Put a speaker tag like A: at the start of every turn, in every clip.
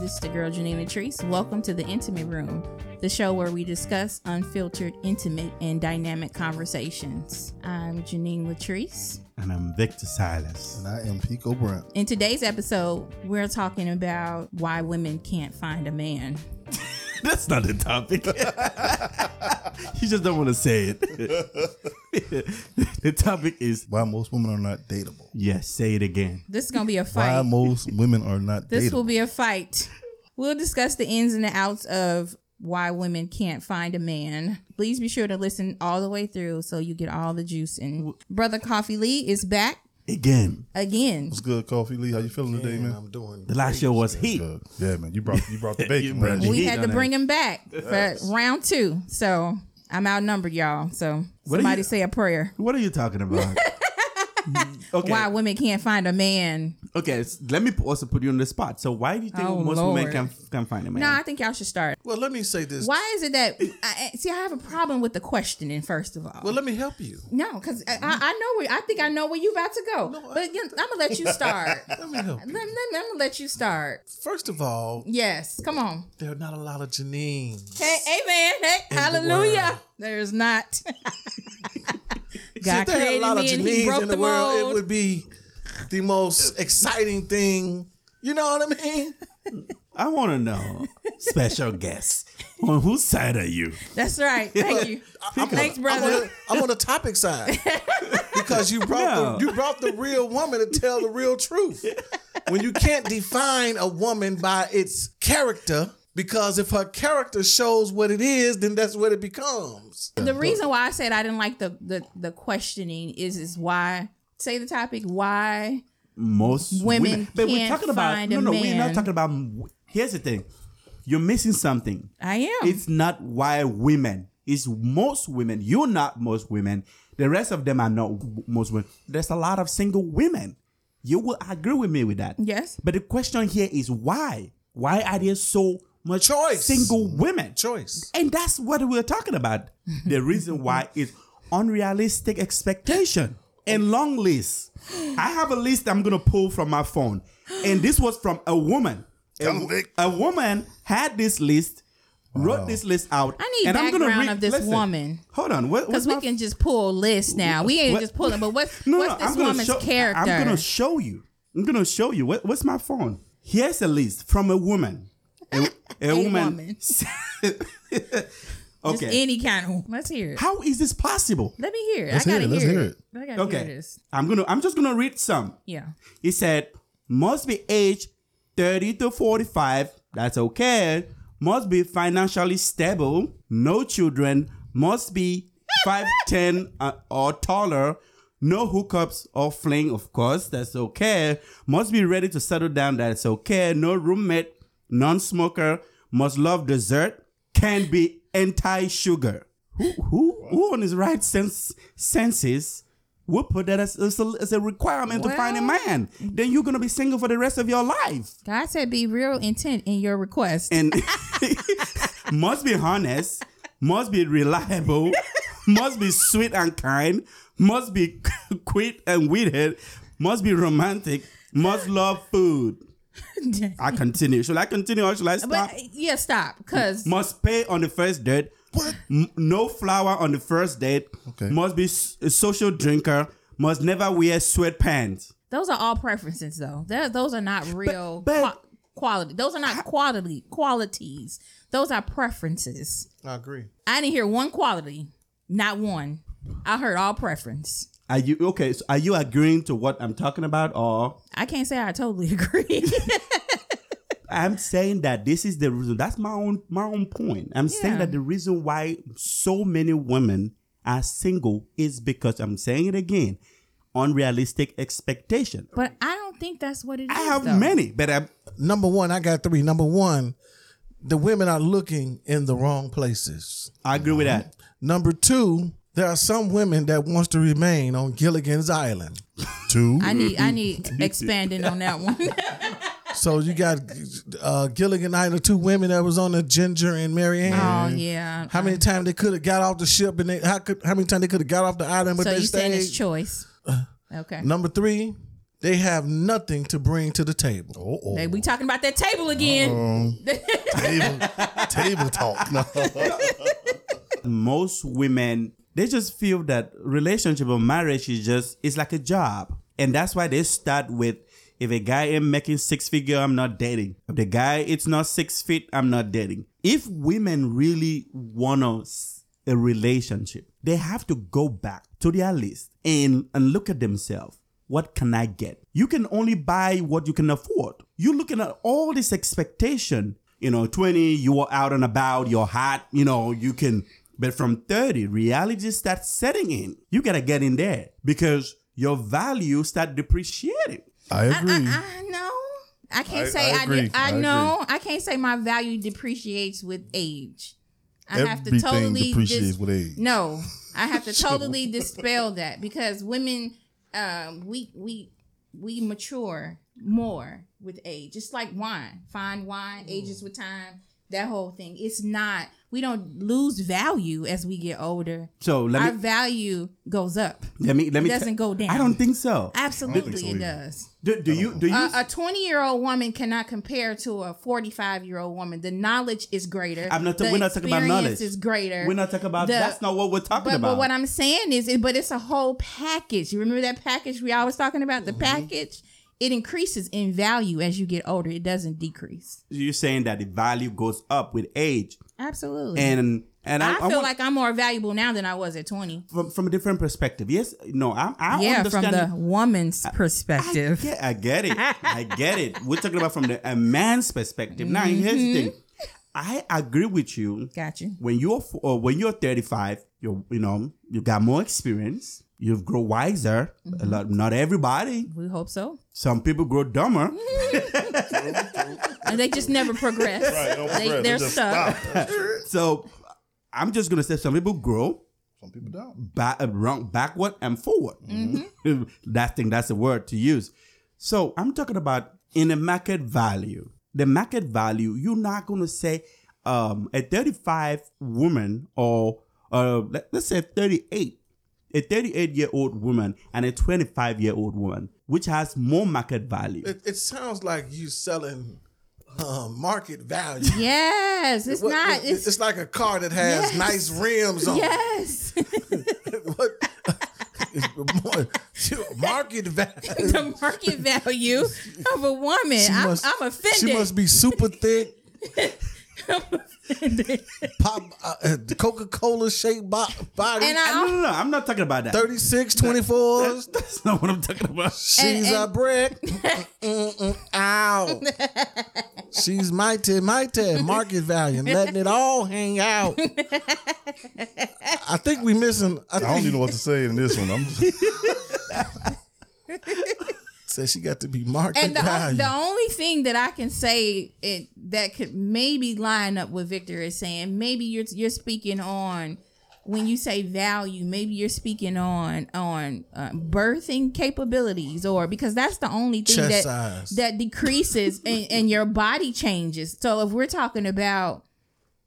A: This is the girl Janina Treese. Welcome to the Intimate Room, the show where we discuss unfiltered, intimate, and dynamic conversations. I'm Janine Latrice.
B: And I'm Victor Silas.
C: And I am Pico Brunt.
A: In today's episode, we're talking about why women can't find a man.
B: That's not the topic. you just don't want to say it. the topic is
C: Why most women are not dateable.
B: yes, say it again.
A: This is going to be a
C: Why
A: fight.
C: most women are not
A: This
C: dateable.
A: will be a fight. We'll discuss the ins and the outs of why women can't find a man. Please be sure to listen all the way through so you get all the juice in. Brother Coffee Lee is back
B: Again.
A: again.
C: What's good, Coffee Lee? How you feeling today,
D: Man,
C: man?
D: I'm doing.
B: The last show was heat.
C: Good. Yeah, man. You brought you brought the bacon,
B: You brought
C: man.
B: the
A: we
B: heat
A: had
B: on
A: to
B: that.
A: bring him back for round two. So I'm outnumbered, y'all. So
B: are
A: somebody
B: you-
A: say a prayer.
B: What are you talking about? Mm, okay.
A: Why women can't find a man?
B: Okay, s- let me p- also put you on the spot. So why do you think
A: Oh,
B: most
A: Lord.
B: women can can find a man?
A: No, I think y'all should start.
D: Well, let me say this.
A: Why is it that? I, I- see, I have a problem with the questioning. First of all,
D: Well, let me help you.
A: no, because I, I I know where I think I know where you about to go. but you I'm gonna let you start. let,
D: Let me help.
A: let, I'm gonna let you start.
D: First of all,
A: Yes, come on.
D: there are not a lot of Janines.
A: Hey, amen. Hey, hallelujah.
D: world.
A: There's not.
D: if
A: God
D: there had a
A: created
D: lot of
A: me and He
D: Janines
A: broke
D: in
A: the
D: the world,
A: mold.
D: it would be the most exciting thing. You know what I mean?
B: I want to know, special guest, on whose side are you?
A: That's right. Thank you. Thanks, brother.
D: I'm on, the, I'm on the topic side because you brought
B: No.
D: the, you brought the real woman to tell the real truth. When you can't define a woman by its character, because if her character shows what it is, then that's what it becomes.
A: the reason why I said I didn't like the the, the questioning is is why say the topic why
B: most
A: Women
B: women.
A: can't find a
B: no, no. We're
A: man.
B: not talking about. Here's the thing, you're missing something.
A: I am
B: It's not why women. It's most women. You're not most women. The rest of them are not w- most women. There's a lot of single women. You will agree with me with that.
A: yes
B: But the question here is why? Why are there so much
D: Choice.
B: single women?
D: Choice.
B: And that's what we're talking about. The reason why is unrealistic expectation and long lists. I have a list I'm gonna pull from my phone, and this was from a woman. A,
C: Tell 'em, Vic.
B: a woman had this list, wrote this list out.
A: I need
B: and I'm gonna
A: background
B: read-
A: of this
B: listen,
A: woman.
B: Hold on, what,
A: because
B: what's
A: we
B: my-
A: can just pull lists now we ain't
B: What-
A: just pulling but what's
B: no,
A: what's
B: no,
A: this
B: I'm gonna
A: woman's
B: show,
A: character
B: I'm gonna show you. I'm gonna show you. What, what's my phone? Here's a list from a woman. A, a
A: A woman.
B: woman.
A: Just
B: okay.
A: any kind of let's hear it
B: How is this possible?
A: let me hear it
C: Let's
A: I
C: hear
A: gotta
C: it. Let's
A: hear,
C: hear
A: it, I gotta
B: Okay.
A: hear this
B: I'm gonna I'm just gonna read some.
A: yeah
B: He said must be age 30 to 45. That's okay. Must be financially stable. No children. Must be 5'10 uh, or taller. No hookups or fling, of course. That's okay. Must be ready to settle down. That's okay. No roommate. Non smoker. Must love dessert. Can be anti sugar. Who, who, who on his right sense, senses will put that as, as, a, as a requirement to find a
A: Well-
B: man? Then you're going to be single for the rest of your life.
A: God said be real intent in your request
B: And must be honest, must be reliable, must be sweet and kind, must be quick and witted, must be romantic, must love food. I continue. Should I continue or should I stop?
A: but yeah stop because
B: must pay on the first date. M- no flower on the first date.
C: Okay.
B: Must be s- a social drinker. Must never wear sweatpants.
A: those are all preferences though They're, those are not real
B: but-
A: qua- quality those are not quality qualities those are preferences
D: I agree.
A: I didn't hear one quality, not one. I heard all preference.
B: Are you okay? So are you agreeing to what I'm talking about, or
A: I can't say I totally agree.
B: I'm saying that this is the reason? That's my own my own point. I'm
A: Yeah.
B: saying that the reason why so many women are single is because I'm saying it again, unrealistic expectation.
A: but I don't think that's what it is.
B: I have
A: though.
B: many, but I
D: Number one, I got three. Number one, the women are looking in the wrong places.
B: I agree with that.
D: Number two, there are some women that wants to remain on Gilligan's Island.
C: Two.
A: I need I need expanding on that one.
D: So you got uh, Gilligan Island, two women that was on the Ginger and Mary Ann.
A: oh yeah.
D: How many times they could have got off the ship and they, how could how many times they could have got off the island but
A: so
D: they
A: you saying
B: uh,
D: stayed?
A: it's choice? Okay.
D: Number three, They have nothing to bring to the table.
C: Oh, oh.
A: Hey, we talking about that table
B: Oh.
A: again.
C: Um, table, table talk. No.
B: most women they just feel that relationship or marriage is just it's like a job and that's why they start with if a guy ain't making six figure i'm not dating if the guy it's not six feet i'm not dating if women really want us a relationship they have to go back to their list and and look at themselves what can i get you can only buy what you can afford you're looking at all this expectation you know 20 you are out and about you're hot you know you can but from 30 reality starts setting in you gotta get in there because your value start depreciating
A: I,
C: I agree.
A: I, I know. I can't
C: I-
A: say
C: I
A: I,
C: agree.
A: did- I,
C: I
A: know. I can't say my value depreciates with age. I have to
C: Everything
A: totally
C: depreciates
A: dis-
C: with age.
A: No, I have to totally dispel that because women, um, we we we mature more with age. It's like wine, fine
C: Mm.
A: wine, ages with time. That whole thing. It's not. We don't lose value as we get older.
B: so
A: Our
B: let me
A: value goes up.
B: let me let me
A: doesn't go down.
B: i don't think so
A: Absolutely,
C: so
A: it
C: either.
A: does.
B: do, do you do you
A: A a 20 year old woman cannot compare to a 45 year old woman. The knowledge is greater.
B: i'm not
A: The
B: we're not talking about
A: experience
B: knowledge
A: is greater.
B: we're not talking about
A: The-
B: that's not what we're talking
A: but,
B: about
A: but what I'm saying is, it, but it's a whole package. You remember that package we always talking about? The
B: Mm-hmm.
A: package it increases in value as you get older. It doesn't decrease.
B: you're saying that the value goes up with age
A: Absolutely.
B: and and
A: I,
B: i, I
A: feel
B: want-
A: like I'm more valuable now than I was at 20.
B: from, from a different perspective yes no i, I
A: yeah,
B: understand
A: from the woman's
B: I
A: perspective.
B: get, I get it. I get it. We're talking about from the, a man's perspective. Now, here's the thing.
A: Mm-hmm.
B: I agree with you.
A: Got you.
B: When you're f- or when you're 35, you you know you got more experience. You've grown wiser.
A: Mm-hmm.
B: A lot. Not everybody.
A: We hope so.
B: Some people grow dumber.
A: Mm-hmm. And they just never progress.
C: Right, don't
A: They-
C: progress.
A: they're
C: Just
A: stuck.
C: stop.
B: So I'm just gonna say some people grow
C: Some people don't.
B: back, wrong, uh, backward and forward. that thing, that's a word to use. So I'm talking about in the market value. The market value, you're not going to say um, a 35 woman or uh, let, us say 38, a 38 year old woman and a 25 year old woman, which has more market value.
D: It, it sounds like you selling uh, market value.
A: Yes, it's
D: What-
A: not.
D: it- oh.
A: It's,
D: it's like a car that has
A: Yes.
D: nice rims on. it.
A: yes.
D: What? market value.
A: the market value of a woman. I'm,
D: must-
A: I'm offended.
D: She must be super thick. Pop uh, Coca Cola shaped bo- body.
A: And
B: no,
A: I-
B: no, no, I'm not talking about that.
D: 36, 24s.
B: That's not what I'm talking about.
D: She's
A: And-
D: a brick. Mm-mm-mm. Ow. She's mighty, mighty. Market value. Letting it all hang out. I think we missing. I
C: I don't
D: think
C: even know what to say in this one. I'm just,
D: said she got to be market
A: and the,
D: value.
A: the only thing that I can say it, that could maybe line up with Victor is saying maybe you're you're speaking on when you say value maybe you're speaking on on uh, birthing capabilities or because that's the only thing that
D: Chest size.
A: that decreases and, and your body changes so if we're talking about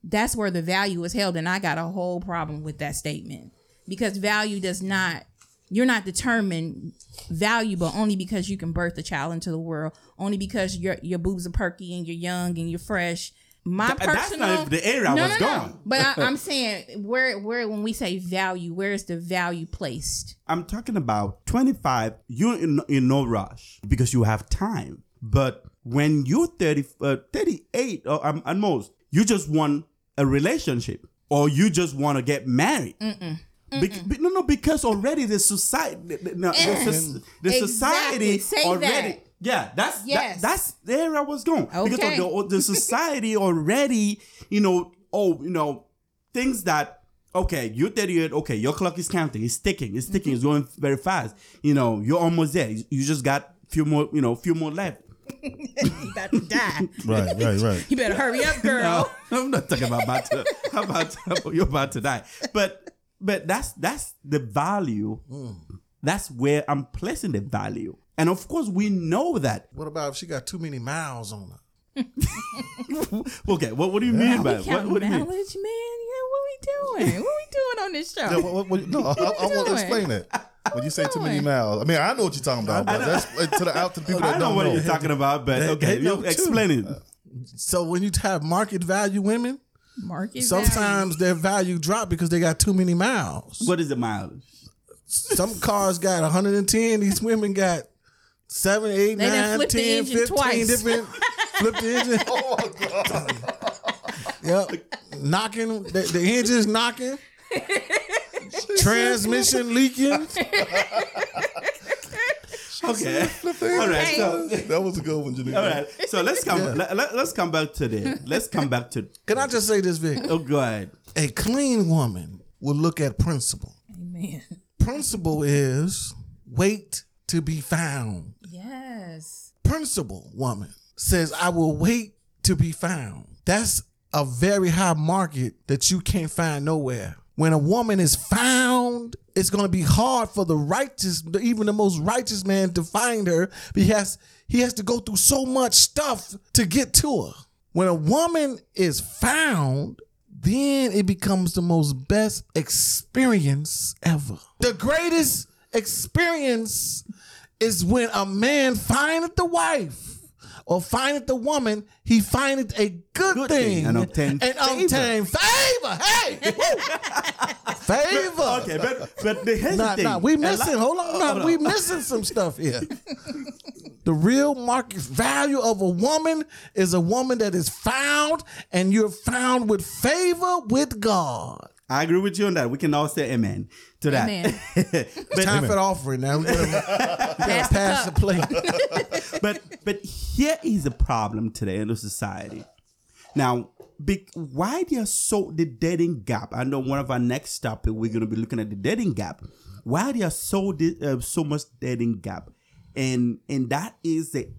A: that's where the value is held and i got a whole problem with that statement because value does not you're not determined valuable only because you can birth a child into the world only because your your boobs are perky and you're young and you're fresh my
B: Th- that's
A: personal
B: not the area I
A: no,
B: was
A: no, no.
B: going.
A: but I, i'm saying where where when we say value where is the value placed
B: I'm talking about 25, you're in, in no rush because you have time. But when you're 30, uh, 38 or um, at most, you just want a relationship or you just want to get married. Bec- be- no, no, because already the society, the, the- no, the soc-
A: Exactly.
B: the society
A: Say
B: already.
A: that.
B: Yeah, that's that-
A: Yes.
B: that's there I was going because
A: Okay.
B: of the, the society already, you know, oh, you know, things that okay, you're 38, okay, your clock is counting, it's ticking, it's ticking, it's going very fast. You know, you're almost there. You you just got few more, you know, few more left.
A: you about to die
C: right, right, right.
A: you better hurry up girl
B: Uh, I'm not talking about about to, how about how you're about to die, but but that's that's the value. That's where I'm placing the value, and of course we know that.
D: what about if she got too many miles on her?
B: Okay, what what do you mean by
A: we
B: it? What,
A: count
B: what do you
A: knowledge man yeah
B: mean?
A: what we doing what we doing on this show
C: Yeah, what, what, what, no, I, I want to
A: doing?
C: explain that. When you say too many
A: doing?
C: miles, I mean I know what you're talking about. But that's uh, to the out to the people that
B: I know
C: don't
B: what
C: know.
B: you're talking about, but
D: They-
B: okay,
D: they know
B: you
D: too.
B: explain it.
D: So when you have market value women,
A: Market value.
D: sometimes their value drop because they got too many miles.
B: What is the mileage?
D: Some cars got 110. These women got seven, eight,
A: They done
D: nine,
A: flipped the
D: 10,
A: engine
D: 15
A: twice.
D: different. Flip the engine. Oh my god. yep. Knocking. The, the engine's knocking. Transmission leaking.
B: Okay, all right, so,
C: That was a good one, Janine.
B: all right. So let's come. Let, us come back to the. Let's come back to.
D: Can I just say this, Vic?
B: Oh, go ahead.
D: A clean woman will look at principle.
A: Amen.
D: Principle is wait to be found.
A: Yes.
D: Principle woman says, I will wait to be found. That's a very high market that you can't find nowhere. When a woman is found, it's going to be hard for the righteous, even the most righteous man, to find her because he has to go through so much stuff to get to her. When a woman is found, then it becomes the most best experience ever. The greatest experience is when a man findeth the wife or findeth the woman, he findeth a good,
B: Good
D: thing,
B: thing and obtain
D: and
B: favor.
D: obtain favor. Hey, woo! favor.
B: Okay, but but the here's
D: Nah,
B: the thing.
D: nah, we
B: A lot-
D: missing. Hold on, nah, we missing some stuff here. the real market value of a woman is a woman that is found, and you're found with favor with God.
B: I agree with you on that. We can all say amen to that.
A: Amen.
B: but,
D: Time for the offering now. We gotta
A: Pass the
D: pass the
A: cup.
D: plate.
B: but but here is a problem today in the society. Now, big, why they are so the dating gap? I know one of our next topic we're gonna be looking at the dating gap. Why they are so di- uh, so much dating gap, and and that is the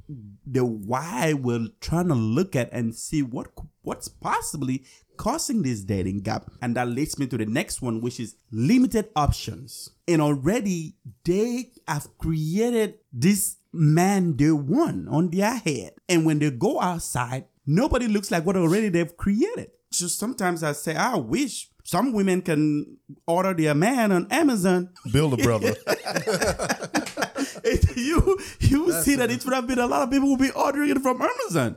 B: the why we're trying to look at and see what c- what's possibly causing this dating gap, and that leads me to the next one, which is limited options. And already they have created this man they want on their head, and when they go outside, nobody looks like what already they've created. Just sometimes I say, I wish some women can order their man on Amazon.
C: Build a brother.
B: If you you will see that it would have been a lot of people will be ordering it from Amazon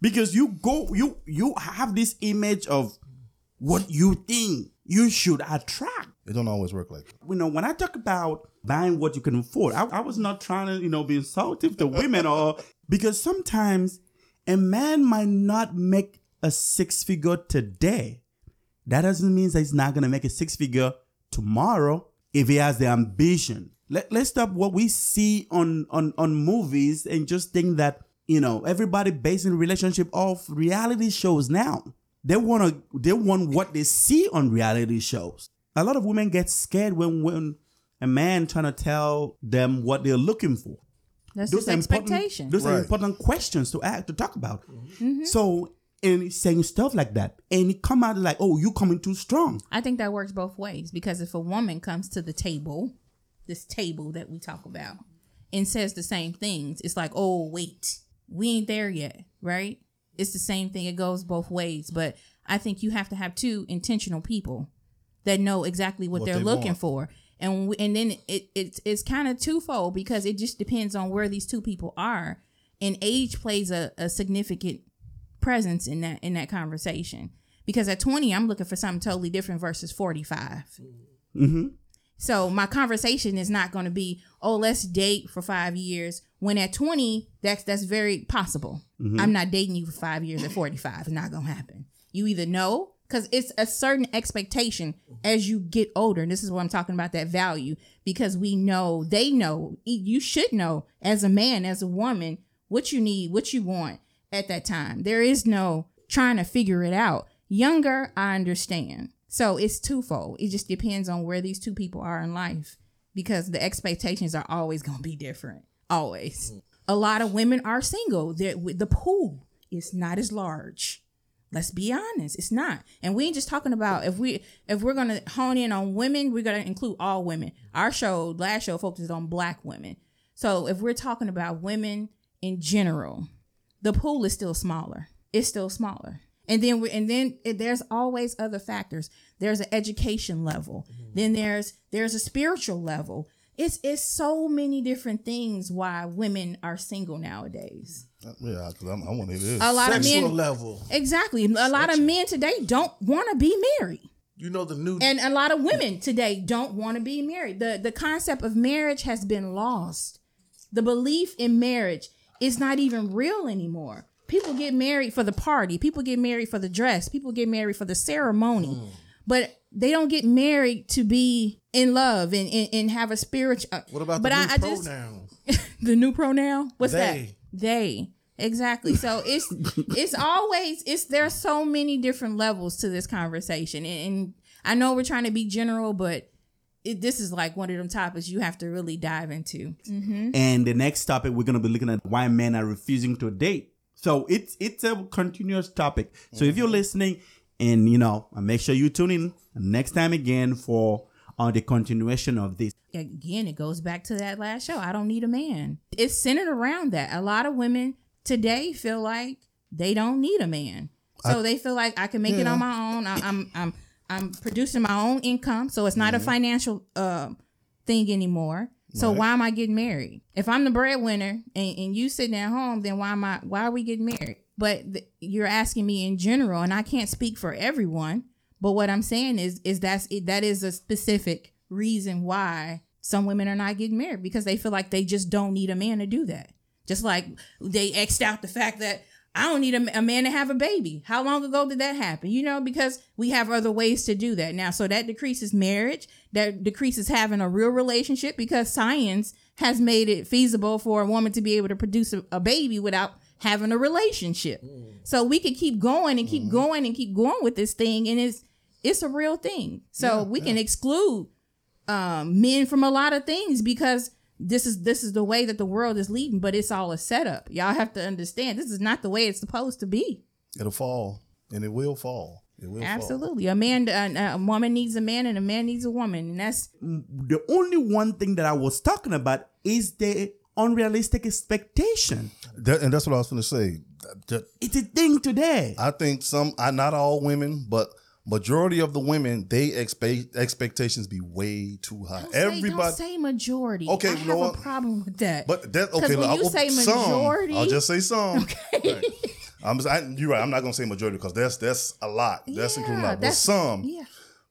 B: because you go you you have this image of what you think you should attract
C: It don't always work like that.
B: you know, when I talk about buying what you can afford, I, I was not trying to, you know, be insultive to women or because sometimes a man might not make a six figure today. That doesn't mean that he's not gonna make a six figure tomorrow if he has the ambition. Let, let's stop what we see on, on on movies and just think that, you know, everybody basing relationship off reality shows now. They wanna they want what they see on reality shows a lot of women get scared when when a man trying to tell them what they're looking for.
A: That's
B: Those
A: his
B: are
A: expectation.
B: important. Those are
C: Right.
B: important questions to act to talk about. So and he's saying stuff like that, and it come out like, "Oh, you coming too strong."
A: I think that works both ways because if a woman comes to the table, this table that we talk about, and says the same things, it's like, oh, wait, we ain't there yet, right? It's the same thing. It goes both ways. But I think you have to have two intentional people that know exactly what, they're
C: they
A: looking
C: want.
A: for. And we, and then it, it it's kind of twofold because it just depends on where these two people are. And age plays a, a significant presence in that in that conversation because at 20 i'm looking for something totally different versus 45 so my conversation is not going to be oh let's date for five years when at 20 that's that's very possible i'm not dating you for five years at 45 it's not going to happen you either know because it's a certain expectation as you get older and this is what i'm talking about that value because we know they know e- you should know as a man as a woman what you need what you want at that time. There is no trying to figure it out. Younger, I understand. So it's twofold. It just depends on where these two people are in life because the expectations are always going to be different. Always. A lot of women are single. They're- The pool is not as large. Let's be honest, it's not. And we ain't just talking about if we if we're gonna hone in on women, we're gonna include all women. Our show, last show, focused on black women. So if we're talking about women in general, the pool is still smaller. It's still smaller. And then we and then it, there's always
D: Mm-hmm.
A: other factors. There's an education level. Then there's there's a spiritual level. it's it's so many different things why women are single nowadays.
C: Uh, Yeah, because I want to hear this.
A: A lot
D: Sexual
A: of men
D: level.
A: Exactly. A lot of men today don't want to be married.
D: You know the new
A: And a lot of women today don't want to be married. The the concept of marriage has been lost. The belief in marriage is not even real anymore. People get married for the party, people get married for the dress, people get married for the ceremony.
D: Mm.
A: But they don't get married to be in love and, and, and have a spiritual.
D: what about
A: but
D: the
A: I,
D: new
A: I just
D: pronoun?
A: the new pronoun what's
D: They.
A: that they exactly so it's it's always it's there's so many different levels to this conversation and, and i know we're trying to be general but it, this is like one of them topics you have to really dive into
B: And the next topic we're gonna be looking at why men are refusing to date. So it's it's a continuous topic. So if you're listening, and you know, make sure you tune in next time again for uh, the continuation of this.
A: again it goes back to that last show i don't need a man it's centered around that a lot of women today feel like they don't need a man so they feel like i can make it on my own I, i'm i'm i'm producing my own income so it's not a financial um thing anymore so why am i getting married if i'm the breadwinner and, and you sitting at home then why am i why are we getting married but th- you're asking me in general and i can't speak for everyone but what I'm saying is, is that's it, that is a specific reason why some women are not getting married because they feel like they just don't need a man to do that. Just like they xed out the fact that I don't need a, a man to have a baby. How long ago did that happen? You know, because we have other ways to do that now. So that decreases marriage. That decreases having a real relationship because science has made it feasible for a woman to be able to produce a, a baby without having a relationship. So we could keep going and keep going and keep going with this thing, and it's it's a real thing. So we can exclude um, men from a lot of things because this is this is the way that the world is leading, but it's all a setup. Y'all have to understand this is not the way it's supposed to be.
C: It'll fall, and it will fall. It will fall.
A: Ah. Absolutely, a man, a, a woman needs a man, and a man needs a woman, and that's
B: The only one thing that I was talking about is the unrealistic expectation.
C: That- and that's what I was going to say. That- that-
B: It's a thing today.
C: I think some, I, not all women, but majority of the women, they expect expectations be way too high.
A: Don't say-
C: Everybody,
A: don't say majority.
C: Okay,
A: I
C: you
A: have
C: know
A: a
C: what?
A: problem with that.
C: but that
A: 'Cause
C: okay.
A: when
C: I
A: you
C: will-
A: say
C: some.
A: majority-
C: I'll just say some. Right. I'm, I, you're right. I'm not going to say majority because that's that's a lot. That's
A: Yeah,
C: including a lot. But
A: that's-
C: some.
A: yeah,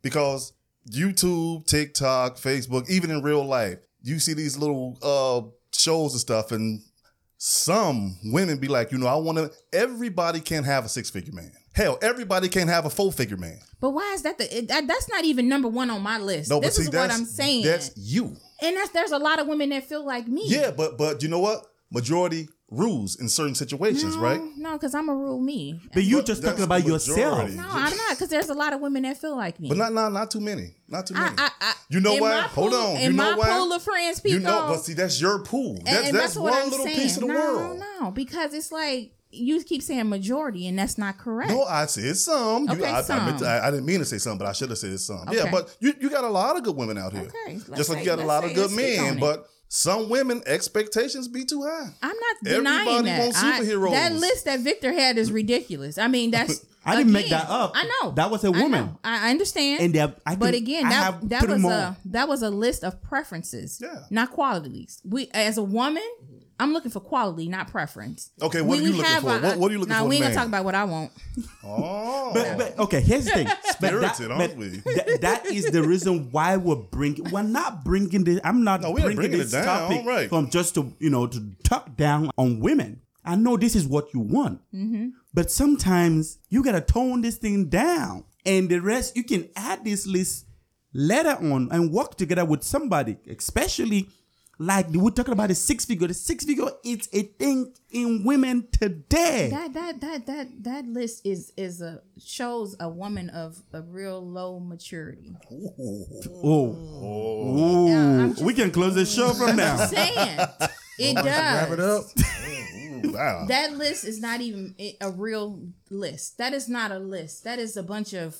C: because YouTube, TikTok, Facebook, even in real life, you see these little uh shows and stuff, and some women be like, you know, I want to. Everybody can't have a six figure man. Hell, everybody can't have a four figure man.
A: but why is that the it, that, that's not even number one on my list?
C: No,
A: this
C: but see,
A: is
C: that's
A: what I'm saying,
C: That's you.
A: and that's there's a lot of women that feel like me.
C: Yeah, but but you know what? Majority rules in certain situations,
A: no,
C: right?
A: No, because I'm a rule me.
B: But you
C: But
B: just
C: that's
B: talking about
C: the
B: yourself.
C: majority.
A: No, I'm not because there's a lot of women that feel like me.
C: But not not not too many. Not too
A: I,
C: many.
A: I, I,
C: you know
A: in
C: why?
A: my
C: Hold
A: pool-
C: on.
A: In
C: you
A: my
C: know why?
A: pool of friends, people.
C: you know, but see, that's your pool. That's,
A: and, and
C: that's,
A: that's, what
C: one
A: I'm
C: little
A: saying.
C: piece of the
A: no,
C: world.
A: No, because it's like you keep saying majority, and that's not correct.
C: No, I said some. You-
A: Okay,
C: I, I, meant
A: some.
C: I, I didn't mean to say some, but I should have said some. Yeah,
A: Okay.
C: but you, you got a lot of good women out here.
A: Okay, let's
C: Just like
A: say-
C: you got a
A: let's
C: lot
A: say
C: of good
A: let's speak on
C: men,
A: it.
C: but some women expectations be too high.
A: I'm not
C: Everybody
A: denying that.
C: wants
A: I-
C: superheroes.
A: that list that Victor had is ridiculous. I mean, that's.
B: I didn't make
A: again,
B: that up.
A: I know.
B: That was a
A: I
B: woman.
A: know. I, I understand.
B: And that- I
A: but
B: can-
A: again,
B: I
A: that
B: have
A: that
B: three
A: was
B: more.
A: a that was a list of preferences.
C: Yeah.
A: Not qualities. We as a woman, I'm looking for quality, not preference.
C: Okay, what
A: we,
C: are you
A: we
C: looking
A: have
C: for?
A: our-
C: What- what are you looking
A: nah,
C: for in
A: We
C: a
A: ain't gonna
C: man?
A: talk about what I want.
C: Oh,
B: But, but okay, here's the thing. But that-
C: Spirited,
B: but
C: aren't we?
B: tha- that is the reason why we're bringing. We're not bringing this. I'm not
C: No, we are
B: bringing,
C: bringing
B: this
C: it down,
B: topic
C: right.
B: from just to you know to talk down on women. I know this is what you want,
A: Mm-hmm.
B: but sometimes you gotta tone this thing down, and the rest you can add this list later on and work together with somebody, especially. Like we're talking about the six figure. The six figure it's a thing in women today.
A: That that that that that list is is a shows a woman of a real low maturity.
B: Oh.
C: Oh.
B: Ooh.
A: Yeah, I'm just-
B: we can close the show from now.
A: Saying it does.
D: wrap it up.
C: wow.
A: that list is not even i- a real list. That is not a list. That is a bunch of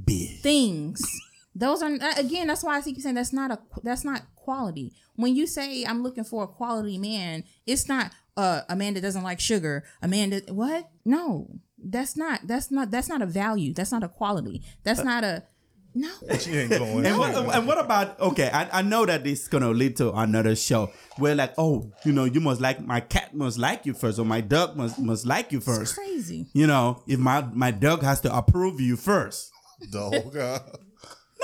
B: Big.
A: things. Those are uh, again. That's why I keep saying that's not a that's not quality. When you say I'm looking for a quality man, it's not uh, a man that doesn't like sugar. A man that what? No, that's not that's not that's not a value. That's not a quality. That's not a No.
C: She ain't going.
B: And what, and what about okay? I, I know that this is gonna lead to another show where like, oh, you know, you must like my cat must like you first, or my dog must must like you first.
A: Crazy.
B: You know, if my my dog has to approve you first.
C: Dog.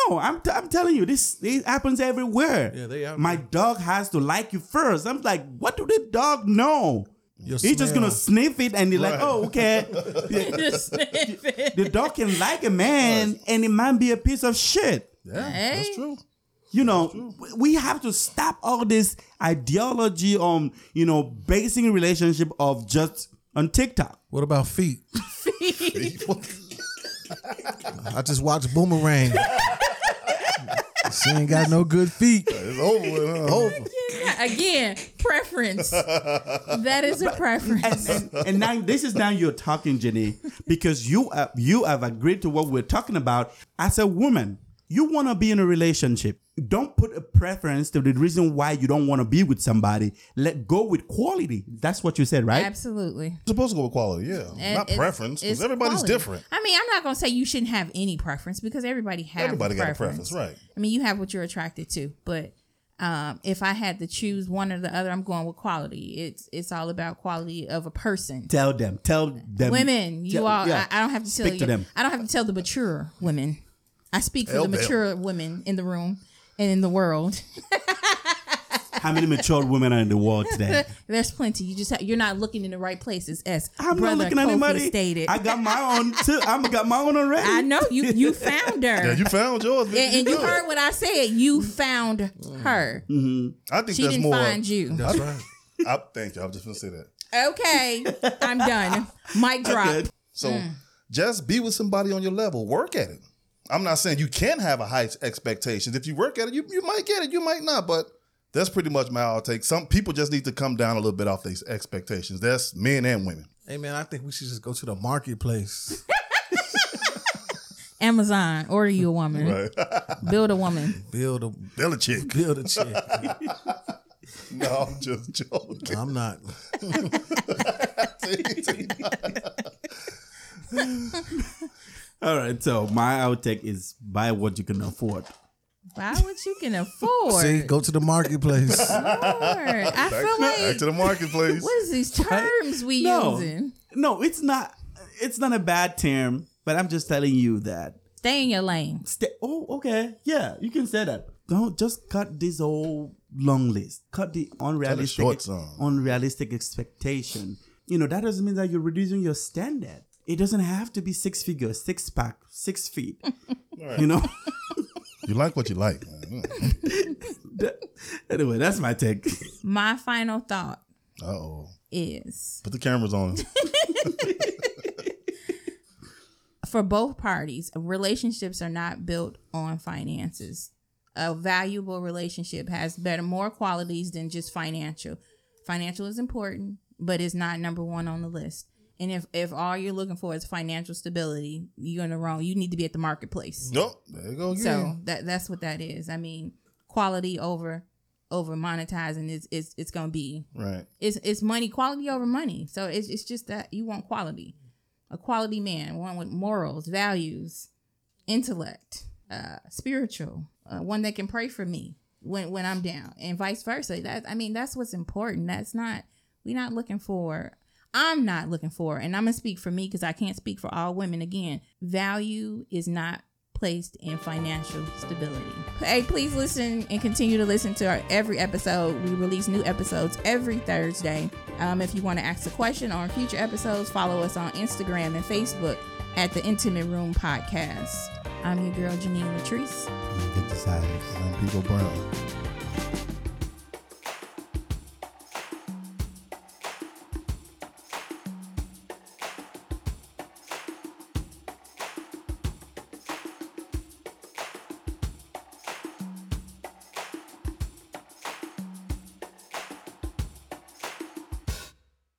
B: No, I'm, t- I'm telling you, this it happens everywhere.
D: Yeah, they are.
B: My dog has to like you first. I'm like, what do the dog know?
D: Your
B: He's just gonna
D: smell.
B: sniff it and you're like,
C: Right.
B: oh, okay. the,
A: Just sniff it.
B: the dog can like a man and it might be a piece of shit.
D: Yeah,
A: Hey.
D: that's true.
B: You know, w- we have to stop all this ideology on, you know, basing relationship of just on TikTok.
D: What about feet? I just watched Boomerang. she ain't got no good feet.
C: It's over. with, huh?
D: Over.
A: Again, preference. That is a preference.
B: and, and, and now this is now you're talking, Jenny, because you uh, you have agreed to what we're talking about. As a woman, you want to be in a relationship. Don't put a preference to the reason why you don't want to be with somebody. Let go with quality. That's what you said, right?
A: Absolutely.
C: supposed to go with quality, yeah.
A: And
C: Not
A: it's-
C: preference, because
A: it's
C: everybody's
A: quality.
C: different.
A: I mean, I'm not gonna say you shouldn't have any preference because everybody has
C: Everybody got a preference, right?
A: I mean, you have what you're attracted to, but um, if I had to choose one or the other, I'm going with quality. It's it's all about quality of a person.
B: Tell them. Tell them.
A: women, you
B: tell-
A: all.
B: yeah.
A: I, I don't have to tell
B: Speak
A: you.
B: to them.
A: I don't have to tell the mature women. I speak for
C: Hell,
A: the
C: Bill.
A: mature women in the room and in the world.
B: How many mature women are in the world today?
A: There's plenty. You just ha- you're not looking in the right places. As
B: I'm
A: brother
B: not looking at
A: Kofi
B: anybody.
A: Stated.
B: I
A: I,
B: got my own too. I got my own already.
A: know you. You found her.
C: Yeah, you found yours. bitch.
A: and, and you
C: good.
A: heard what I said. You found her.
C: I
A: She
C: think that's
A: didn't
C: more.
A: find you.
D: That's right.
C: I, thank you. I was just gonna say that.
A: Okay, I'm done. Mic drop.
B: Good.
C: So
A: Mm.
C: just be with somebody on your level. Work at it. I'm not saying you can have a high expectations. If you work at it, you, you might get it. You might not. But that's pretty much my outtake. Some people just need to come down a little bit off these expectations. That's men and women.
D: Hey man, I think we should just go to the marketplace.
A: Amazon, order you a woman.
C: Right.
A: Build a woman.
D: Build a
C: Bill a chick.
D: build a chick.
C: No, I'm just joking.
D: I'm not.
B: All right. So my outtake is buy what you can afford.
A: Buy what you can afford.
D: See, go to the marketplace.
A: Lord, I feel
C: Back to
A: like
C: the marketplace.
A: what is these terms we
B: No.
A: using?
B: No, it's not. It's not a bad term, but I'm just telling you that.
A: Stay in your lane.
B: Stay, oh, okay. Yeah, you can say that. Don't just cut this whole long list. Cut the unrealistic,
C: short song.
B: unrealistic expectation. You know that doesn't mean that you're reducing your standard. It doesn't have to be six figures, six pack, six feet. You know.
C: You like what you like. man.
B: anyway, that's my take.
A: My final thought
C: Uh oh.
A: is
C: Put the cameras on.
A: for both parties, relationships are not built on finances. A valuable relationship has better more qualities than just financial. Financial is important, but it's not number one on the list. And if, if all you're looking for is financial stability, you're in the wrong. You need to be at the marketplace.
C: Nope. There you go again.
A: So that that's what that is. I mean, quality over over monetizing is is it's gonna be
C: Right.
A: it's it's money quality over money. So it's it's just that you want quality, a quality man, one with morals, values, intellect, uh, spiritual, uh, one that can pray for me when when I'm down, and vice versa. That I mean, that's what's important. That's not we're not looking for. I'm not looking for, and I'm gonna speak for me because I can't speak for all women. Again, value is not placed in financial stability. Hey, please listen and continue to listen to our every episode. We release new episodes every Thursday. Um, if you want to ask a question on future episodes, follow us on Instagram and Facebook at the Intimate Room Podcast. I'm your girl Janine Latrice.
B: Good desires.
C: I'm Pico Brown.